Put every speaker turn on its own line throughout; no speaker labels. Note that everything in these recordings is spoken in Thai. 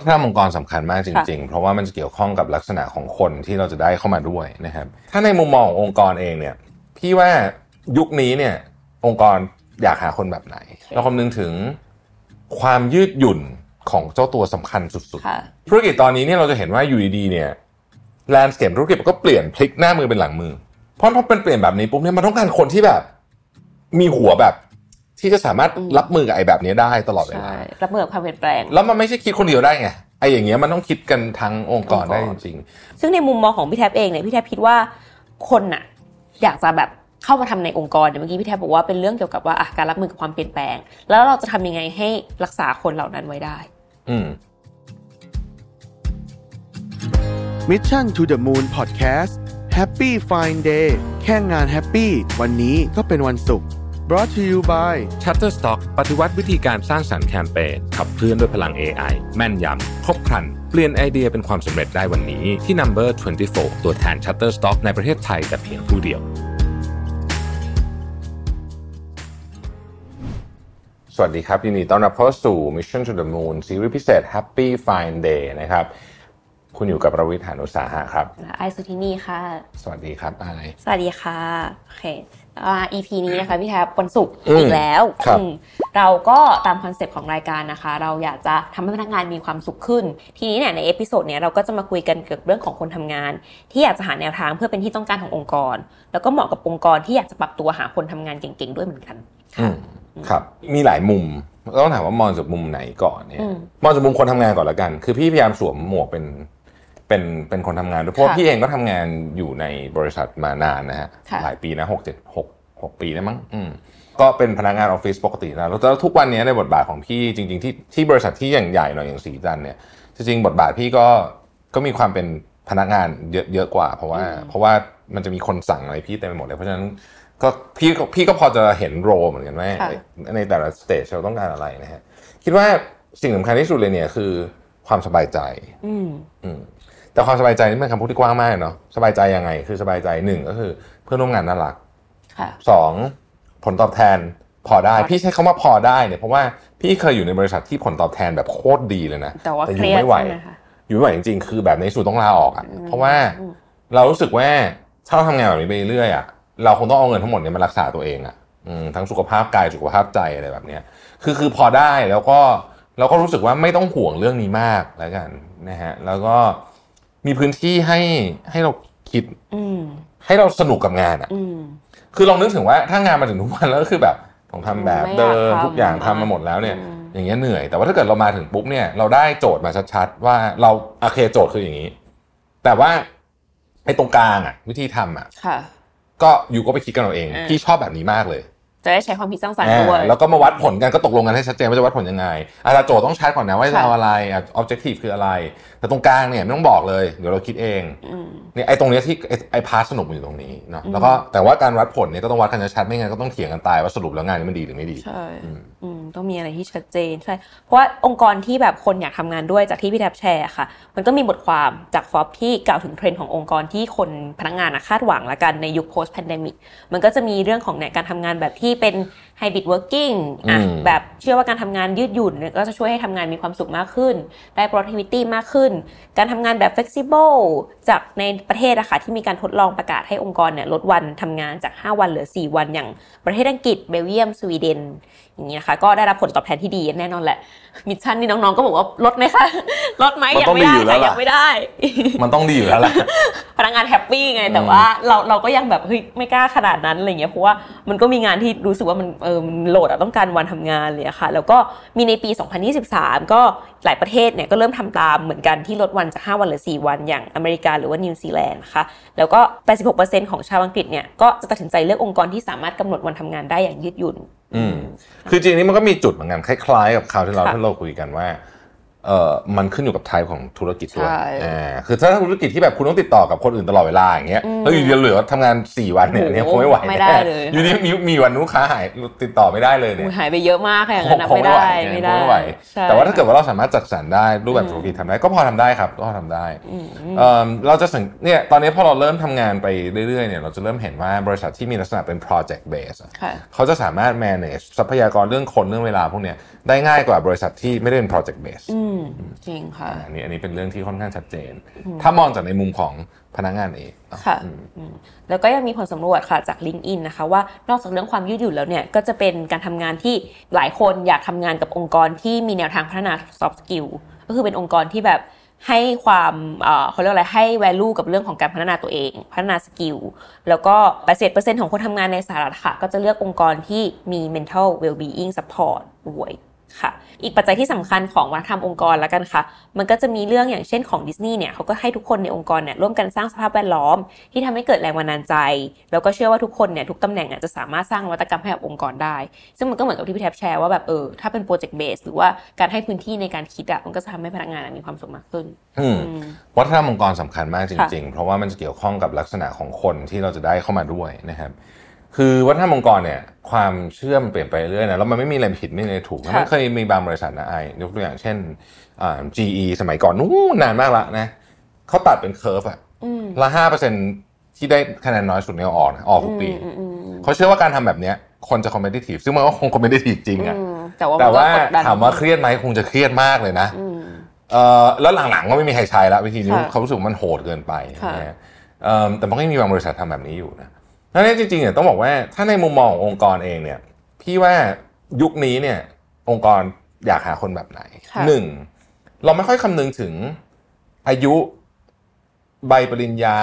นธรรมองค์กรสำคัญมากจริง ๆ เพราะว่ามันจะเกี่ยวข้องกับลักษณะของคนที่เราจะได้เข้ามาด้วยนะครับ ถ้าในมุมมองขององค์กรเองเนี่ย พี่ว่ายุคนี้เนี่ย องค์กรอยากหาคนแบบไหน เราคำนึงถึงความยืดหยุ่นของเจ้าตัวสำคัญสุด
ค่ะ
ๆ ธุรกิจตอนนี้เนี่ยเราจะเห็นว่าอยู่ดีๆเนี่ยแลนด์สเคปธุรกิจมันก็เปลี่ยนพลิกหน้ามือเป็นหลังมือ เพราะพอเป็นเปลี่ยนแบบนี้ปุ๊บเนี่ยมันต้องการคนที่แบบ มีหัวแบบ ที่จะสามารถรับมือกับไอ้แบบนี้ได้ตลอดเว
ใช่
ลา
รับมือกับความเปลี่ยนแปลง
แล้วมันไม่ใช่คิดคนเดียวได้ไงไอ้อย่างเงี้ยมันต้องคิดกันทั้งองค์กรได้จริง
ซึ่งในมุมมองของพี่แทบเองเนี่ยพี่แทบคิดว่าคนน่ะอยากจะแบบเข้ามาทำในองค์กรเนี่ยเมื่อกี้พี่แทบบอกว่าเป็นเรื่องเกี่ยวกับว่าอ่ะการรับมือกับความเปลี่ยนแปลง แล้วเราจะทำยังไงให้รักษาคนเหล่านั้นไว้ได้
ๆ อืม
Mission to the Moon Podcast Happy Fine Day แค่งานแฮปปี้วันนี้ก็เป็นวันศุกร์ Brought to you by
Shutterstock ปฏิวัติวิธีการสร้างสรรค์แคมเปญขับเคลื่อนด้วยพลัง AI แม่นยำ ครบครัน เปลี่ยนไอเดียเป็นความสำเร็จได้วันนี้ ที่ Number 24 ตัวแทน Shutterstock ในประเทศไทยแต่เพียงผู้เดียว สวัสดีครับยินดีต้อนรับเข้าสู่ Mission to the Moon ซีรีส์พิเศษ Happy Fine Day นะครับ คุณอยู่กับประวิทย์หานุสาหะครับ
ไอซ์สุทินีค่ะ
สวัสดีครับอาย
สวัสดีค่ะโอเคอ่า EP นี้นะคะพี่แทบวันศุกร์
อืม
อีกแล้ว
ครับ
อืมเราก็ตามคอนเซปต์ของรายการนะคะ เราอยากจะทำให้พนักงานมีความสุขขึ้น ทีนี้เนี่ยในเอพิโซดเนี่ยเราก็จะมาคุยกันเกี่ยวกับเรื่องของคนทำงาน ที่อยากจะหาแนวทางเพื่อเป็นที่ต้องการขององค์กร แล้วก็เหมาะกับองค์กรที่อยากจะปรับตัวหาคนทำงานเก่งๆด้วยเหมือนกัน
อืมครับ มีหลายมุมต้องถามว่ามองจากมุมไหนก่อนเนี่ย
อืม
มองจากมุมคนทำงานก่อนละกัน คือพี่พยายามสวมหมวกเป็นเป็นเป็นคนทำงานด้วยเพราะว่า
ค่ะ
พี่เองก็ทำงานอยู่ในบริษัทมานานนะฮะ
ค่ะ
หลายปีนะหกเจ็ดหกหกปีนะมั้งอืมก็เป็นพนักงานออฟฟิศปกตินะแล้วแล้วทุกวันนี้ในบทบาทของพี่จริง ๆ ที่ที่บริษัทที่อย่างใหญ่หน่อยอย่างสีจันทร์เนี่ยจริงๆบทบาทพี่ก็ก็มีความเป็นพนักงานเยอะเยอะกว่า เพราะว่าเพราะว่ามันจะมีคนสั่งอะไรพี่เต็มไปหมดเลยเพราะฉะนั้น ก็พี่ก็พี่ก็พอจะเห็นโรเหมือนกันว่า
ค่ะ
ในแต่ละสเตจเราต้องการอะไรนะฮะคิดว่าสิ่งสำคัญที่สุดเลยเนี่ยคือความสบายใจ
อืม
อืมแต่ความสบายใจนี่เป็นคำพูดที่กว้างมากเนาะสบายใจยังไง คือสบายใจหนึ่งก็คือเพื่อนร่วมงานน่ารัก
ค่ะ
สองผลตอบแทนพอได้
ค่ะ
พี่ใช้คำว่าพอได้เนี่ยเพราะว่าพี่เคยอยู่ในบริษัทที่ผลตอบแทนแบบโคตรดีเลยนะ
แต่ว่า
อ
เครี
ยู่
ยด
ไม่ไหว
ใช่ไหมคะ
อยู่ไม่ไหวจริงๆ คือแบบในสุดต้องลาออกอะ
อืม
เพราะว่า
อืม
เรารู้สึกว่าถ้าเราทำงานแบบนี้ไปเรื่อยอะเราคงต้องเอาเงินทั้งหมดเนี่ยมารักษาตัวเองอะอืมทั้งสุขภาพกายสุขภาพใจอะไรแบบเนี้ยคือคือพอได้แล้วก็เราก็รู้สึกว่าไม่ต้องห่วงเรื่องนี้มากแล้วกันนะฮะแล้วก็มีพื้นที่ให้ให้เราคิด
อืม
ให้เราสนุกกับงานอะ
อืม
คือลองนึกถึงว่าถ้างานมาถึงทุกวันแล้วก็คือแบบต้องทำแบบเดิม
ไม่อยากทำ
ทุกอย่างทำมาหมดแล้วเนี่ย
อืม
อย่างเงี้ยเหนื่อย แต่ว่าถ้าเกิดเรามาถึงปุ๊บเนี่ยเราได้โจทย์มาชัดๆ ว่าเราโอเคโจทย์คืออย่างนี้ แต่ว่าไอ้ตรงกลางอ่ะ วิธีทำอ่ะ
ค่ะ
ก็อยู่ก็ไปคิดกันเอาเอง
อ่า
พี่ชอบแบบนี้มากเลย
จะได้ใช้ความคิดสร้างสรรค์ด้วย
อ่าแล้วก็มาวัดผลกันก็ตกลงกันให้ชัดเจนว่าจะวัดผลยังไงอาจารย์โจทย์ต้องชัดก่อนนะว่าจะ
ค่ะ
เอาอะไรออบเจกตีฟคืออะไร แต่ตรงกลางเนี่ยไม่ต้องบอกเลยเดี๋ยวเราคิดเอง
อืม
เนี่ยไอ้ตรงเนี้ยที่ไอ้ไอ้พาร์ทสนุกมันอยู่ตรงนี้เนาะ
อืม
แล้วก็แต่ว่าการวัดผลเนี่ยก็ต้องวัดกันชัดๆไม่งั้นก็ต้องเถียงกันตายว่าสรุปแล้วงานนี้มันดีหรือไม่ดี
ใช่
อืม
อืมต้องมีอะไรที่ชัดเจนใช่ เพราะว่าองค์กรที่แบบคนอยากทำงานด้วยจากที่พี่แทบแชร์ค่ะ มันก็มีบทความจากฟอบที่กล่าวถึงเทรนด์ขององค์กรที่คนพนักงานอะคาดหวังละกันในยุค post pandemic มันก็จะมีเรื่องของเนี่ยการทำงานแบบที่เป็น hybrid working อ่ะ
อืม
แบบเชื่อว่าการทำงานยืดหยุ่นเนี่ยก็จะช่วยให้ทำงานมีความสุขมากขึ้น ได้ productivity มากขึ้น การทำงานแบบ flexible จากในประเทศอะค่ะที่มีการทดลองประกาศให้องค์กรเนี่ยลดวันทำงานจาก 5 วันเหลือ 4 วันอย่างประเทศอังกฤษเบลเยียมสวีเดน อย่างนี้ยนะคะก็ได้รับผลตอบแทนที่ดีแน่นอนแหละ มิชชั่นนี่น้องๆก็บอกว่าลดไหมคะ ลดไหม
มัน
ยัง
ต้อง
ไม่
มี
ได้
อยู่แล้วล่ะ
ค่ะยังไม่ได้
มันต้องดีอยู่แล้วแหละ
พนักงานแฮปปี้ไง แต่
อืม
ว่าเราเราก็ยังแบบเฮ้ยไม่กล้าขนาดนั้นอะไรเงี้ยเพราะว่ามันก็มีงานที่รู้สึกว่ามันเออมันโหลดอะต้องการวันทำงานเลยอะค่ะ แล้วก็มีในปี 2023 ก็หลายประเทศเนี่ยก็เริ่มทำตามเหมือนกันที่ลดวันจาก 5 วันเหลือ 4 วันอย่างอเมริกาหรือว่านิวซีแลนด์นะคะแล้วก็ 86%ของชาวอังกฤษเนี่ยก็จะตัดสินใจเลือกองค์กรที่สามารถกำหนดวันทำงานได้อย่างยืดหยุ่น
อืมคือจริงๆนี่มันก็มีจุดเหมือนกันคล้ายๆกับคราวที่เรา
ค่ะ
ที่เราคุยกันว่าเออมันขึ้นอยู่กับไทป์ของธุรกิจด้วย
ใช่
อ่าคือถ้าธุรกิจที่แบบคุณต้องติดต่อกับคนอื่นตลอดเวลาอย่างเงี้ย
อืม
แล้วอยู่ดีเหลือทำงาน 4 วันเนี่ย
โอ้โห
เนี่ยคงไม่ไหว
ไม่ได้เลย
อยู่ดีมีมีวันลูกค้าหายติดต่อไม่ได้เลยเนี่ย
อุ๊ยหายไปเยอะมากค่ะอย่างนั้นนะ
คง
ไม่ได้
คง
ไม่ได้
คงไหว
ใช่
แต่ว่าถ้าเกิดว่าเราสามารถจัดสรรได้รูปแบบธุรกิจทำได้ก็พอทำได้ครับก็พอทำได้
อืม
เอิ่มเราจะสังเนี่ยตอนนี้พอเราเริ่มทำงานไปเรื่อยๆเนี่ยเราจะเริ่มเห็นว่าบริษัทที่มีลักษณะเป็น project base อะ
ค่ะ
เขาจะสามารถ manage ทรัพยากรเรื่องคนเรื่องเวลาพวกเนี้ยได้ง่ายกว่าบริษัทที่ไม่ได้เป็น project base
อืม มจริงค่ะ
อันนี้อันนี้เป็นเรื่องที่ค่อนข้างชัดเจน
อืม
ถ้ามองจากในมุมของพนักงานเองเนอ
ค่ะ
อืม
อืมแล้วก็ยังมีผลสำรวจค่ะจาก LinkedIn นะคะ ว่านอกจากเรื่องความยืดหยุ่นแล้วเนี่ย ก็จะเป็นการทำงานที่หลายคนอยากทำงานกับองค์กรที่มีแนวทางพัฒนา soft skill ก็คือเป็นองค์กรที่แบบให้ความเอ่อเขาเรียกอะไรให้ value กับเรื่องของการพัฒนาตัวเอง พัฒนาสกิลแล้วก็ 80%ของคนทำงานในสหรัฐค่ะ ก็จะเลือกองค์กรที่มี mental well-being support ด้วยค่ะ อีกปัจจัยที่สำคัญของวัฒนธรรมองค์กรแล้วกันค่ะ มันก็จะมีเรื่องอย่างเช่นของดิสนีย์เนี่ยเขาก็ให้ทุกคนในองค์กรเนี่ยร่วมกันสร้างสภาพแวดล้อม ที่ทำให้เกิดแรงบันดาลใจ แล้วก็เชื่อว่าทุกคนเนี่ยทุกตำแหน่งอ่ะจะสามารถสร้างนวัตกรรมให้กับองค์กรได้ ซึ่งมันก็เหมือนกับที่พี่แท็บแชร์ว่าแบบเออถ้าเป็นโปรเจกต์เบสหรือว่าการให้พื้นที่ในการคิดอะมันก็จะทำให้พนักงานอะมีความสุขมากขึ้น
อืม
อืม
วัฒนธรรมองค์กรสำคัญมากจ
ค่ะ
ริงๆ เพราะว่ามันจะเกี่ยวข้องกับลักษณะของคนที่เราจะได้เข้ามาด้วยนะครับ คือวัฒนธรรมองค์กรเนี่ยความเชื่อมนเปลี่ยนไปเรื่อยนะแล้วมันไม่มีอะไรผิดไม่มีอะไรถูกนะ
ค่ะ
มันเคยมีบางบริษัทนะไอยกตัวอย่างเช่นอ่า GE สมัยก่อนนู้นนานมากละนะเขาตัดเป็นเคอร์ฟอะ
อืม
ละห้าเปอร์เซ็นที่ได้คะแนนน้อยสุดเนี่ยเอาออกนะออกทุกปี
อืมอืมอืม
เขาเชื่อว่าการทำแบบเนี้ยคนจะคอมเมดิทีฟซึ่งมันก็คงคอมเมดิทีฟจริงอะ
อืมแต่ว่า
แต่
มันก็
ว่าก
ดดัน
ถามว่าเครียดไหมคงจะเครียดมากเลยนะ
อืม
เอ่อแล้วหลังๆก็ไม่มีใครใช้แล้ววิธีนี้
ค่ะ
เขารู้สึกว่ามันโหดเกินไป
ค่ะ
นะฮะเอิ่มแต่มันก็ยังมีบางบริษัททำแบบนี้อยู่นะดังนั้นจริงๆเนี่ยต้องบอกว่าถ้าในมุมมองขององค์กรเองเนี่ยพี่ว่ายุคนี้เนี่ยองค์กรอยากหาคนแบบไหน
ค่ะ
หนึ่งเราไม่ค่อยคำนึงถึงอายุใบปริญญา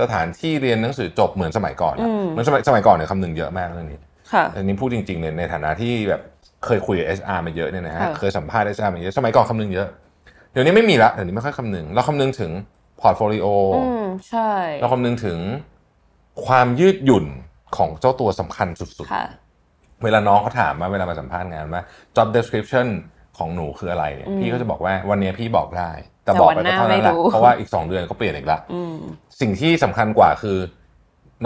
สถานที่เรียนหนังสือจบเหมือนสมัยก่อนนะเหมือนสมัยสมัยก่อนเนี่ยคำนึงเยอะมากเรื่องนี้
ค่ะ
อันนี้พูดจริงๆเลยในฐานะที่แบบเคยคุยกับ HR มาเยอะเนี่ยนะฮะ
ค่ะ
เคยสัมภาษณ์ HR มาเยอะสมัยก่อนคำนึงเยอะ เดี๋ยวนี้ไม่มีละเดี๋ยวนี้ไม่ค่อยคำนึง เราคำนึงถึงพอร์ตโฟลิโอ
อืมใช่
เราคำนึงถึงความยืดหยุ่นของเจ้าตัวสำคัญสุด
ค่ะ
ๆ เวลาน้องเขาถามมาเวลามาสัมภาษณ์งานว่า job description ของหนูคืออะไรเนี่ย
อืม
พี่ก็จะบอกว่าวันนี้พี่บอกได้ แต่
แต่
บอก
วัน
ไปก็
หน้า
เท่านั้นแห
ไม่
ละ
รู้
เพราะว่าอีกสองเดือนก็เปลี่ยนอีกละ
อืม
สิ่งที่สำคัญกว่าคือ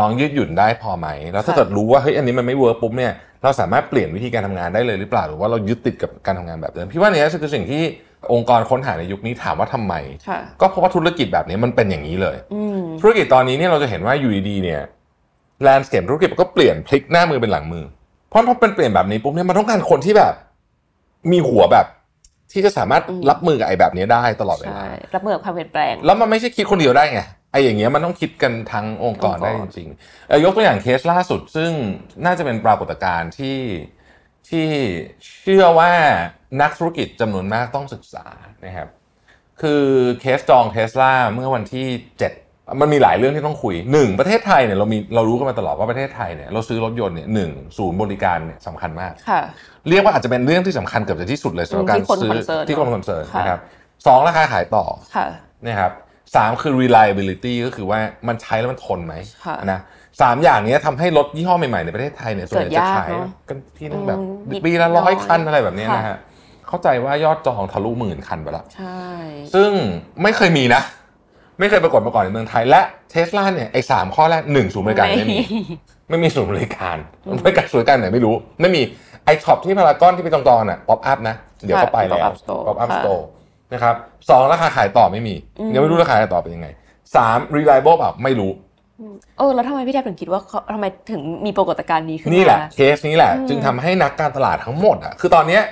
น้องยืดหยุ่นได้พอไหม แล้วถ้า
ค่ะ
เกิดรู้ว่าเฮ้ยอันนี้มันไม่เวิร์กปุ๊บเนี่ยเราสามารถเปลี่ยนวิธีการทำงานได้เลยหรือเปล่าหรือว่าเรายึดติดกับการทำงานแบบเดิมพี่ว่าเนี่ยคือสิ่งที่องค์กรค้นหาในยุคนี้ถามว่าทำไม
ค่ะ
ก็เพราะว่าธุรกิจแบบนี้มันเป็นอย่างนี้เลย
อืม
ธุรกิจตอนนี้เนี่ยเราจะเห็นว่าอยู่ดีๆเนี่ยแลนด์สเคปธุรกิจก็เปลี่ยนพลิกหน้ามือเป็นหลังมือ เพราะพอเป็นเปลี่ยนแบบนี้ปุ๊บเนี่ยมันต้องการคนที่แบบ มีหัวแบบ ที่จะสามารถรับมือกับไอ้แบบนี้ได้ตลอดเว
ใช่
ลา
รับมือกับความเปลี่ยนแปลง
แล้วมันไม่ใช่คิดคนเดียวได้ไงไอ้อย่างเงี้ยมันต้องคิดกันทั้งองค์กร
องค์กร
ได้จริงๆเอ่อยกตัวอย่างเคสล่าสุดซึ่งน่าจะเป็นปรากฏการณ์ที่ที่เชื่อว่านักธุรกิจจำนวนมากต้องศึกษานะครับคือเคสจองเทสลาเมื่อวันที่ 7 มันมีหลายเรื่องที่ต้องคุยหนึ่งประเทศไทยเนี่ยเรามีเรารู้กันมาตลอดว่าประเทศไทยเนี่ยเราซื้อรถยนต์เนี่ยหนึ่งศูนย์บริการเนี่ยสำคัญมาก
ค่ะ
เรียกว่าอาจจะเป็นเรื่องที่สำคัญเกือบจะที่สุดเลยสำหรับการ
ที่คน
ซื้อ
concern
ที่คนคอนเซิร์น
ค่ะ
นะครับสองราคาขายต่อ
ค่ะ
นะครับสามคือ reliability ก็คือว่ามันใช้แล้วมันทนไหม
ค่ะ
นะสามอย่างเนี้ยทำให้รถยี่ห้อใหม่ ๆ ในประเทศไทยเนี่ยส่วนใหญ่
เกิด
จะ
ยาก
ขาย
เนอะ
กันที่นึงแบบ
อืม
ปีละ
นิดน้
ร้
อ
อย ยคันอะไรแบบเนี้ยนะ
ค่ะ
ฮะเข้าใจว่ายอดจองทะลุหมื่นคันไปแล้ว
ใช่
ซึ่งไม่เคยมีนะ ไม่เคยปรากฏมาก่อนในเมืองไทย และเทสลาเนี่ยไอ้สามข้อแรกหนึ่งศูนย์บริการไม่มี ไม่มีศูนย์บริการบริการศูนย์บริการไหนไม่รู้ ไม่มีไอช็อปที่พารากอนที่ไปจองๆน่ะป๊อปอัพนะ เดี๋ยวก็ไปแล้ว
ค่ะเป็น pop-up store
ป๊อปอัพ
ค่ะ
สโตร์นะครับสองราคาขายต่อไม่มี
อืม
ยังไม่รู้ราคาขายต่อเป็นยังไงสาม reliable เปล่าไม่รู้
อืมเออแล้วทำไมพี่แทบถึงคิดว่าเขาทำไมถึงมีปรากฏการณ์นี้ขึ้นมา
นี่
นี่
แหละเคสนี้แหละ
อืม
จึงทำให้นักการตลาดทั้งหมดอ่ะคือตอนเนี้ย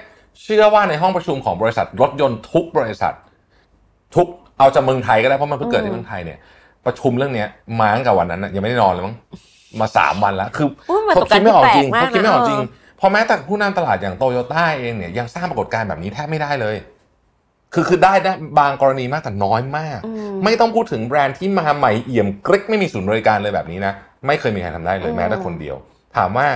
เชื่อว่าในห้องประชุมของบริษัทรถยนต์ทุกบริษัท ทุกเอาจากเมืองไทยก็ได้เพราะมันเพิ่งเกิดที่เมืองไทยเนี่ย ประชุมเรื่องเนี้ยมาตั้งแต่วันนั้นน่ะยังไม่ได้นอนเลยมั้งมาสามวันแล้วคือ
อุ้ยมัน
เขา
ตก
คิด
การที่
ไม่ออก
แปล
จริ
ก
ง
มาก
เขา
นะ
คิดไม่ออกจริง
เ
เพอแม้แต่ผู้นำตลาดอย่างโตโยต้าเองเนี่ยยังสร้างปรากฏการณ์แบบนี้แทบไม่ได้เลย คือคือได้นะบางกรณีมากแต่น้อยมาก
อืม
ไม่ต้องพูดถึงแบรนด์ที่มาใหม่เอี่ยมกริกไม่มีศูนย์บริการเลยแบบนี้นะ ไม่เคยมีใครทำได้เลย
อืม
แม้แต่คนเดียว ถามว่า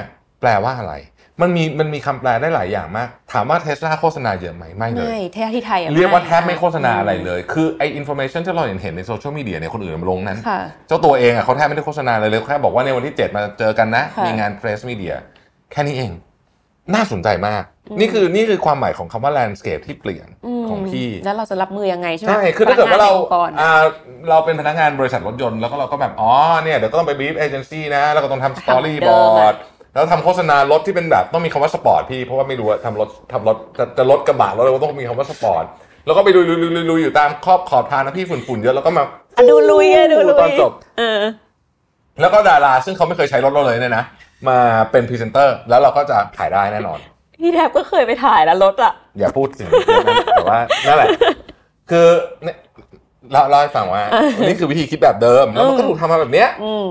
แปลว่าอะไร มันมีมันมีคำแปลได้หลายอย่างมาก ถามว่าเทสลาโฆษณาเยอะไหมไม่เลย
ไม่แท้ที่ไทยอะ
เรียกว่าแทบ
นะ
ไม่โฆษณาอะไรเลย คือไออินโฟเมชันที่เราเห็นเห็นในโซเชียลมีเดียเนี่ยคนอื่นมันลงนั้น
ค่ะ
เจ้าตัวเองอ่ะเขาแทบไม่ได้โฆษณาเลยเลยแค่บอกว่าในวันที่ 7 มาเจอกันนะ
ค่ะ
มีงานเพรสมีเดียแค่นี้เอง น่าสนใจมาก นี่คือนี่คือความหมายของคำว่าแลนด์สเคปที่เปลี่ยน
ม
ของพี่
แล้วเราจะรับมือยังไงใช่ไหม
ใช่คือถ้าเกิดว่าเรา
พนักงนในองค์กร
อ่าเราเป็นพนักงานบริษัทรถยนต์แล้วก็เราก็แบบ อ๋อเนี่ยเดี๋ยวก็ต้องไปบีฟเอเจนซี่นะ แล้วก็ต้องทำสตอ รี่บอร์ด แล้วทำโฆษณารถที่เป็นแบบต้องมีคำว่าสปอร์ตพี่ เพราะว่าไม่รู้ว่าทำรถทำรถจะจะรถกระบะรถอะไรก็ต้องมีคำว่าสปอร์ตแล้วก็ไปลุยลุยลุยลุยลุยอยู่ตามขอบขอบทางนะพี่ฝุ่นๆเยอะแล้วก็มา
อ่ะดูลุยอะดูลุย
ตอนจบ
เออ
แล้วก็ดาราซึ่งเขาไม่เคยใช้รถเราเลยเนี่ยนะ มาเป็นพรีเซนเตอร์ แล้วเราก็จะขายได้แน่นอน
พี่แทบก็เคยไปถ่ายแล้วรถอะ
อย่าพูดถึง เรื่องนั้นแต่ว่านั่นแหละ คือเนี่ยเราเล่าให้ฟังว่านี่คือวิธีคิดแบบเดิม แล้วมันก็ถูกทำมาแบบเนี้ย
อืม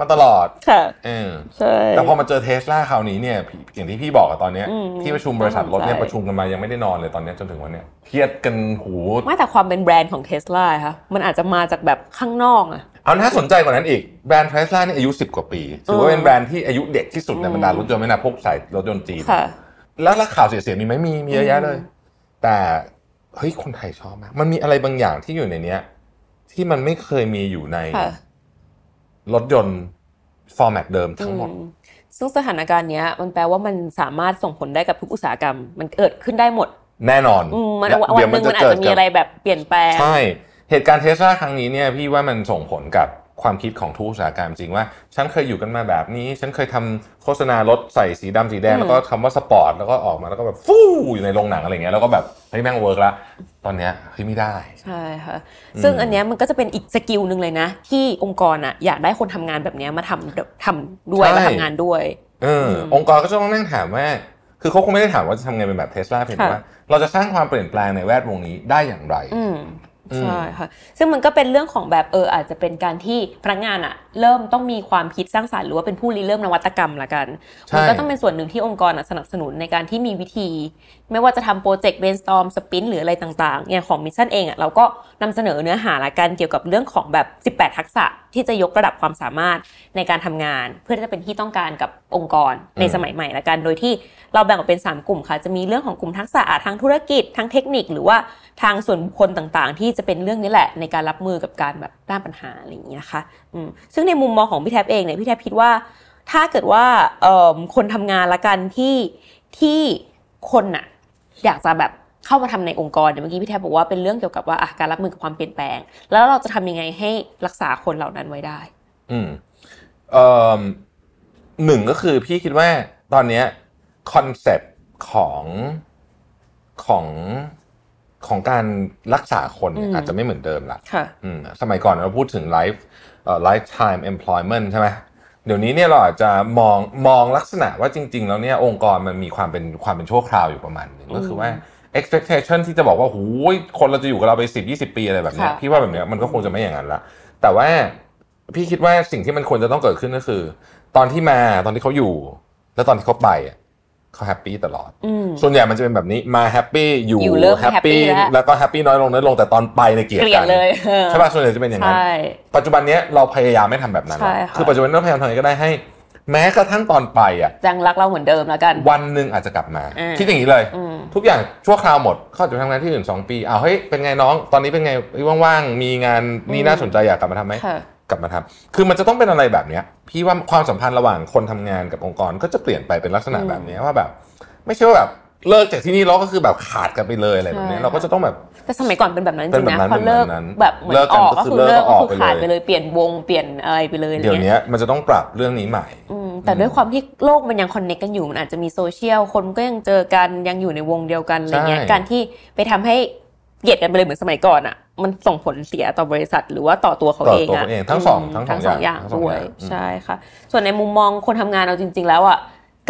มาตลอด
ค่ะ
เออ
ใช่
แต่พอมาเจอเทสลาคราวนี้เนี่ยพี่อย่างที่พี่บอกอะตอนเนี้ย
อืม
ที่ประชุมบริษัทรถเนี่ย
ใช่
ประชุมกันมายังไม่ได้นอนเลยตอนเนี้ยจนถึงวันเนี้ยเครียดกันหู
ไม่แต่ความเป็นแบรนด์ของเทสลาค่ะ มันอาจจะมาจากแบบข้างนอกอะ
เอาน่าสนใจกว่านั้นอีกแบรนด์เทสลานี่อายุ 10 กว่าปีถือว่า
เออ
เป็นแบรนด์ที่อายุเด็กที่สุดในบรรดารถยนต์ไม่นับพวกสายรถยนต์จีน
ค่ะ
แล้วแล้วข่าวเสียๆมีไหมมีมีเยอะแยะเลย แต่เฮ้ยคนไทยชอบมาก มันมีอะไรบางอย่างที่อยู่ในเนี้ย ที่มันไม่เคยมีอยู่ใน
ค่ะ
รถยนต์ฟอร์แมตเดิมทั้งหมด
อืซึ่งสถานการณ์เนี้ย มันแปลว่ามันสามารถส่งผลได้กับทุกอุตสาหกรรม มันเกิดขึ้นได้หมด
แน่นอน
อืมมัน
และ
วันหนึ่งมันอาจจะมีอะไรแบบเปลี่ยนแปลง
ใช่ เหตุการณ์เทสลาครั้งนี้เนี่ยพี่ว่ามันส่งผลกับความคิดของทุกอุตสาหกรรมจริงว่า ฉันเคยอยู่กันมาแบบนี้ ฉันเคยทำโฆษณารถใส่สีดำสีแดง
อืม
แล้วก็คำว่าสปอร์ตแล้วก็ออกมาแล้วก็แบบฟู่อยู่ในโรงหนังอะไรเงี้ยแล้วก็แบบเฮ้ยแม่งเวิร์กละตอนเนี้ยเฮ้ยไม่ได้
ใช่ค่ะ
อืม
ซึ่งอันเนี้ยมันก็จะเป็นอีกสกิลหนึ่งเลยนะ ที่องค์กรอะอยากได้คนทำงานแบบเนี้ยมาทำทำด้วยมาทำงานด้วย
เออ
ม
องค์กรก็จะต้องนั่งถามว่า คือเขาคงไม่ได้ถามว่าจะทำไงเป็นแบบเทสลาเพียงแต่
ค่ะ
ว่า เราจะสร้างความเปลี่ยนแปลงในแวดวงนี้ได้อย่างไร
อืม
อืม
ใช่ค่ะ ซึ่งมันก็เป็นเรื่องของแบบเอออาจจะเป็นการที่พนักงานอะเริ่มต้องมีความคิดสร้างสรรค์หรือว่าเป็นผู้ริเริ่มนวัตกรรมละกัน มัน
ใช่
ก็ต้องเป็นส่วนหนึ่งที่องค์กรอะสนับสนุนในการที่มีวิธี ไม่ว่าจะทำโปรเจกต์ brainstorm สปินหรืออะไรต่างๆอย่างของมิชชั่นเองอะเราก็นำเสนอเนื้อหาละกันเกี่ยวกับเรื่องของแบบ 18 ทักษะที่จะยกระดับความสามารถในการทำงาน เพื่อที่จะเป็นที่ต้องการกับองค์กรใน
อืม
สมัยใหม่ละกัน โดยที่เราแบ่งออกเป็น 3 กลุ่มค่ะ จะมีเรื่องของกลุ่มทักษะอาจทางธุรกิจทางเทคนิค หรือว่าทางส่วนบุคคลต่างๆ ที่จะเป็นเรื่องนี้แหละ ในการรับมือกับการแบบด้านปัญหาอะไรอย่างนี้ยนะคะอืมซึ่งในมุมมองของพี่แทบเองเนี่ยพี่แทบคิดว่า ถ้าเกิดว่าเอิ่มคนทำงานละกันที่ที่คนน่ะอยากจะแบบเข้ามาทำในองค์กรเนี่ยเมื่อกี้พี่แทบบอกว่าเป็นเรื่องเกี่ยวกับว่าอ่ะการรับมือกับความเปลี่ยนแปลง แล้วเราจะทำยังไงให้รักษาคนเหล่านั้นไว้ได้
อืมเอ่อหนึ่งก็คือพี่คิดว่าตอนเนี้ยคอนเซปต์ของของของการรักษาคนเนี่ย
อืม
อาจจะไม่เหมือนเดิมละ
ค่ะ
อืมสมัยก่อนเราพูดถึง life เอ่อ lifetime employment ใช่ไหมเดี๋ยวนี้เนี่ยเราอาจจะมองมองลักษณะว่าจริง ๆ แล้วเนี่ยองค์กรมันมีความเป็นความเป็นชั่วคราวอยู่ประมาณหนึง
อืม
ก็คือว่า expectation ที่จะบอกว่าหูยคนเราจะอยู่กับเราไป 10 20 ปีอะไรแบบเนี้ย
ค่ะ
พี่ว่าแบบเนี้ยมันก็คงจะไม่อย่างนั้นละ แต่ว่าพี่คิดว่าสิ่งที่มันควรจะต้องเกิดขึ้นก็คือ ตอนที่มาตอนที่เขาอยู่ แล้วตอนที่เขาไปอะเขาแฮปปี้ตลอด
อืม
ส่วนใหญ่มันจะเป็นแบบนี้มาแฮปปี้อยู่
อยู่เลิก
แฮป
happy
ปี้
แล้ว
แล้วก็แฮปปี้น้อยลงน้อยลงแต่ตอนไปในยเกลียด
เกลีย
กั
ด
น
เลย
ใช่ป่ะส่วนใหญ่จะเป็นอย่างนั้น
ใช่
ปัจจุบันเนี้ยเราพยายามไม่ทำแบบนั้น
ใช่
แล้ว
ค่ะ
คือปัจจุบันนี้เราพยายามทำยังไงก็ได้ให้ แม้กระทั่งตอนไปอ่ะ
จังรักเราเหมือนเดิมแล้วกัน
วันหนึ่งอาจจะกลับมา
อืม
คิดอย่างนี้เลย
อืม
ทุกอย่างชั่วคราวหมดเขาอาจจะไปทำงานที่อื่นสองปีอ้าวเฮ้ยเป็นไงน้อง ตอนนี้เป็นไงเฮ้ยว่างๆมีงานนี่น่าสนใจอยากกลับมาทำไหม
ค่ะ
กลับมาทำคือมันจะต้องเป็นอะไรแบบเนี้ย พี่ว่าความสัมพันธ์ระหว่างคนทำงานกับองค์กรก็จะเปลี่ยนไปเป็นลักษณะแบบเนี้ยว่าแบบ ไม่ใช่ว่าแบบเลิกจากที่นี่แล้วก็คือแบบขาดกันไปเลยอะไรแบบเนี้ย
ใช่
เราก็จะต้องแบบ
แต่สมัยก่อนเป็นแบบนั้นจ
เป็
ริ
น
ง
แบบ
นะ
นั้น
พอเลิก
เป็นแบบนั้น
แบบเหมือน
เลิก
อ
กัน
อก
ก็
ก็
คือ
คือ
เลิ
เลิ
ก
กก็
ออก
คือ
ไปเลย
ขาดไปเลยเปลี่ยนวงเปลี่ยนอะไรไปเลยอะไร
เดี๋ยว
เงี้ย
เนี้ยมันจะต้องปรับเรื่องนี้ใหม่
อืมแต่ด้วยความที่โลกมันยังคอนเน c t กันอยู่มันอาจจะมีโซเชียลคนก็ยังเจอกันยังอยู่ในวงเดียวกันอะไรเงี้ย
ใช่
การที่ไปทำให้เกลียดกันไปเลยเหมือนสมัยก่อนอ่ะ มันส่งผลเสียต่อบริษัทหรือว่าต่อตัวเขา
ต่อ
เอง
ตัว
อ่ะ
เขาเองทั้งสอง
ม
ทั้งสอง
ทั้งสอง
อย่
อา
ย่าง ง
ด้ว
ทั้งส
ย
องอย่าง
ใช่ค่ะ ส่วนในมุมมองคนทำงานเราจริง ๆ แล้วอ่ะ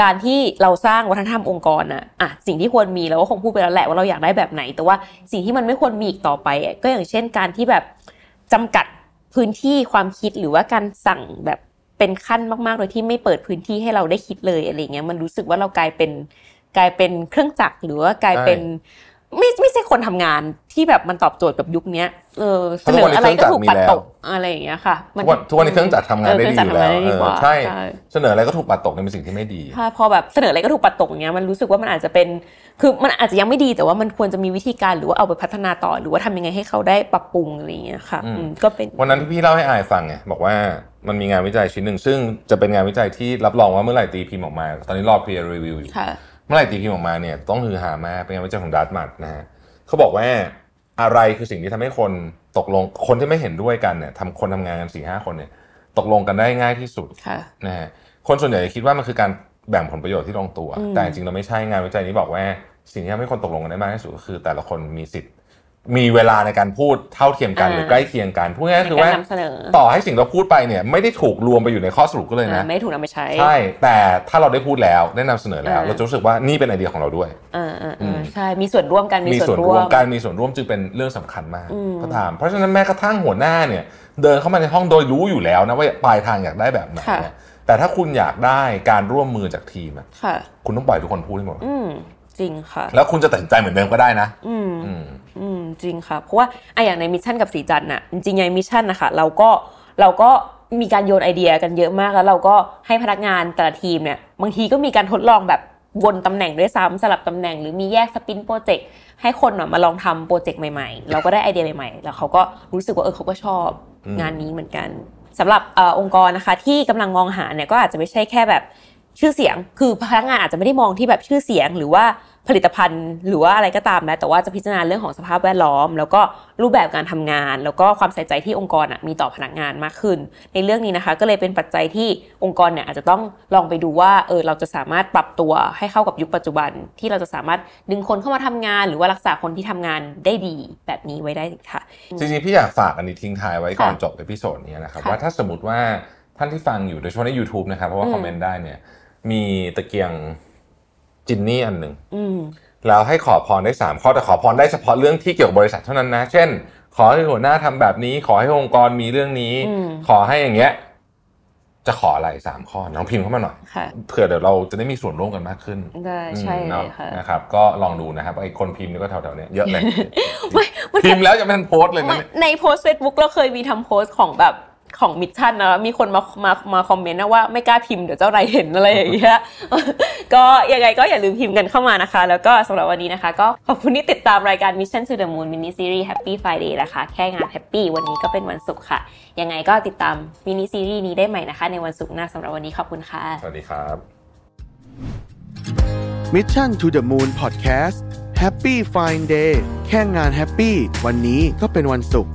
การที่เราสร้างวัฒนธรรมองค์กรอ่ะอ่ะสิ่งที่ควรมีเราก็คงพูดไปแล้วแหละว่าเราอยากได้แบบไหน แต่ว่าสิ่งที่มันไม่ควรมีอีกต่อไปอ่ะก็อย่างเช่นการที่แบบจำกัดพื้นที่ความคิดหรือว่าการสั่งแบบ เป็นขั้นมากๆ โดยที่ไม่เปิดพื้นที่ให้เราได้คิดเลยอะไรเงี้ยมันรู้สึกว่าเรากลายเป็นกลายเป็นเครื่องจักรหรือว่ากลายเป็นไม่ไม่ใช่คนทำงานที่แบบมันตอบโจทย์แบบยุคเนี้ยเออเสนออะไรก็ถูกปัดตกอะไรอย่างเงี้ยค่ะ
ทุกวันทุกวันนี้เครื่องจักรทำงานได้ดีอยู่แล้ว
เเครื่งจักรทำงานได้ดีก
เออ
ว่า
ใช่ เสนออะไรก็ถูกปัดตกเนี่ยเป็นสิ่งที่ไม่ดี
ถ้าพอแบบเสนออะไรก็ถูกปัดตกอย่างเงี้ยมันรู้สึกว่ามันอาจจะเป็นคือมันอาจจะยังไม่ดีแต่ว่ามันควรจะมีวิธีการหรือว่าเอาไปพัฒนาต่อ หรือว่าทำยังไงให้เขาได้ปรับปรุงอะไรอย่างเงี้ยค่ะ
อืม
อืมก็เป็น
วันนั้นที่พี่เล่าให้อายฟังไงบอกว่ามันมีงานวิจัยชิ้นหนึ่ง ซึ่งจะเป็นงานวิจัยที่รับรองว่าเมื่อไหร่ตีพิมพ์ออกมา ตอนนี้รอ peer review อยู่
ค่ะ
เมื่อไหร่ตีพิมพ์ออกมาเนี่ยต้องฮือหามากเป็นงานวิจัยของดัตมัดนะฮะเขาบอกว่าอะไรคือสิ่งที่ทำให้คนตกลงคนที่ไม่เห็นด้วยกันเนี่ยทำคนทำงานกันสี่ห้าคนเนี่ยตกลงกันได้ง่ายที่สุด
ค่ะ
นะฮะคนส่วนใหญ่จะคิดว่ามันคือการแบ่งผลประโยชน์ที่ลงตัว
อืม
แต่จริงๆเราไม่ใช่งานวิจัยนี้บอกว่า สิ่งที่ทำให้คนตกลงกันได้มากที่สุดก็คือ แต่ละคนมีสิทธิ์ มีเวลาในการพูดเท่าเทียมกันห
อ่า
รือใกล้เคียงกันพูดง่ายๆคือ
ในกา
ว่าร
นำเสนอ
ต่อให้สิ่งเราพูดไปเนี่ยไม่ได้ถูกรวมไปอยู่ในข้อสรุปก็เลย
อ่า
นะ
ไม่ถูกนำไปใช้
ใช่ แต่ถ้าเราได้พูดแล้วได้นำเสนอแล้ว
อ่า
เราจะรู้สึกว่านี่เป็นไอเดียของเราด้วย
อ่าอ่า
อื
อ่าม ใช่มีส่วนร่วมกันมี
มี
ส่
ส่ว
ว
น
น
ร่
ร่
ว
ว
ม
ม
การมีส่วนร่วมจึงเป็นเรื่องสำคัญมาก
อืม
ก็ตาม เพราะฉะนั้นแม้กระทั่งหัวหน้าเนี่ย เดินเข้ามาในห้องโดยรู้อยู่แล้วนะว่าปลายทางอยากได้แบบไหนเนี่ยแต่ถ้าคุณอยากได้การร่วมมือจากทีมอะ
ค่ะ
คุณต้องปล่อยทุกคนพูดให้หมด
อืมจริงค่ะ
แล้วคุณจะตัดสินใจเหมือนเดิมก็ได้นะ
อืม
อืม
อืมจริงค่ะ เพราะว่าไอะอย่างในมิชชั่นกับสีจันทร์น่ะจริงๆในมิชชั่นนะคะเราก็เราก็มีการโยนไอเดียกันเยอะมากแล้วเราก็ให้พนักงานแต่ละทีมเนี่ยบางทีก็มีการทดลองแบบวนตำแหน่งด้วยซ้ำสลับตำแหน่งหรือมีแยกสปินโปรเจกต์ให้คนน่ะมาลองทำโปรเจกต์ใหม่ๆ เราก็ได้ไอเดียใหม่ๆ แล้วเขาก็รู้สึกว่าเออเขาก็ชอบ
อืม
งานนี้เหมือนกันสำหรับเออองค์กรนะคะที่กำลังมองหาเนี่ยก็อาจจะไม่ใช่แค่แบบชื่อเสียง คือพนักงานอาจจะไม่ได้มองที่แบบชื่อเสียงหรือว่า ผลิตภัณฑ์หรือว่าอะไรก็ตามนะแต่ว่าจะพิจารณาเรื่องของสภาพแวดล้อม แล้วก็รูปแบบการทำงาน แล้วก็ความใส่ใจที่องค์กรอะมีต่อพนักงานมากขึ้น ในเรื่องนี้นะคะ ก็เลยเป็นปัจจัยที่องค์กรเนี่ยอาจจะต้องลองไปดูว่าเออเราจะสามารถปรับตัวให้เข้ากับยุคปัจจุบัน ที่เราจะสามารถดึงคนเข้ามาทำงาน หรือว่ารักษาคนที่ทำงานได้ดีแบบนี้ไว้ได้ค่ะ
จริงๆ พี่อยากฝากอันนี้ทิ้งท้ายไว้ก่อน
ค่ะ
จบเอพิโซดนี้นะครับ
ค่ะ
ว่าถ้าสมมติว่าท่านที่ฟังอยู่โดยเฉพาะใน YouTube นะครับ เพราะว่า
อืม
คอมเมนต์ได้เนี่ย มีตะเกียงจินนี่อันหนึ่ง
อืม
แล้วให้ขอพรได้ 3 ข้อแต่ขอพรได้เฉพาะเรื่องที่เกี่ยวกับบริษัทเท่านั้นนะ เช่น ขอให้หัวหน้าทำแบบนี้ ขอให้องค์กรมีเรื่องนี้
อืม
ขอให้อย่างเงี้ย จะขออะไรสามข้อน้องพิมพ์เข้ามาหน่อย
ค่ะ
เผื่อเดี๋ยวเราจะได้มีส่วนร่วมกันมากขึ้น
ได้ใช่
อืม
เล
เนาะ
ยค่ะ
นะครับ ก็ลองดูนะครับไอ้คนพิมพ์นี่ก็แถวๆเนี้ยเยอะเลย
ไม่มัน
พิมพ์แล้วยังไม่ทันโพสต์เลยนะเนี่ย
ในโพสเฟซบุ๊กเราเคยมีทำโพสต์ของแบบของมิชชั่นนะ มีคนมามามาคอมเมนต์นะว่าไม่กล้าพิมพ์เดี๋ยวเจ้านายเห็นอะไรอย่างเงี้ย ก็ยังไงก็อย่าลืมพิมพ์กันเข้ามานะคะ แล้วก็สำหรับวันนี้นะคะ ก็ขอบคุณที่ติดตามรายการ Mission to the Moon Mini Series Happy Friday นะคะ แค่งาน Happy วันนี้ก็เป็นวันศุกร์ค่ะ ยังไงก็ติดตาม Mini Series นี้ได้ใหม่นะคะ ในวันศุกร์หน้าสำหรับวันนี้ขอบคุณค่ะ
สวัสดีครับ
มิชชั่น to the Moon Podcast Happy Fine Day แค่งานแฮปปี้วันนี้ก็เป็นวันศุกร์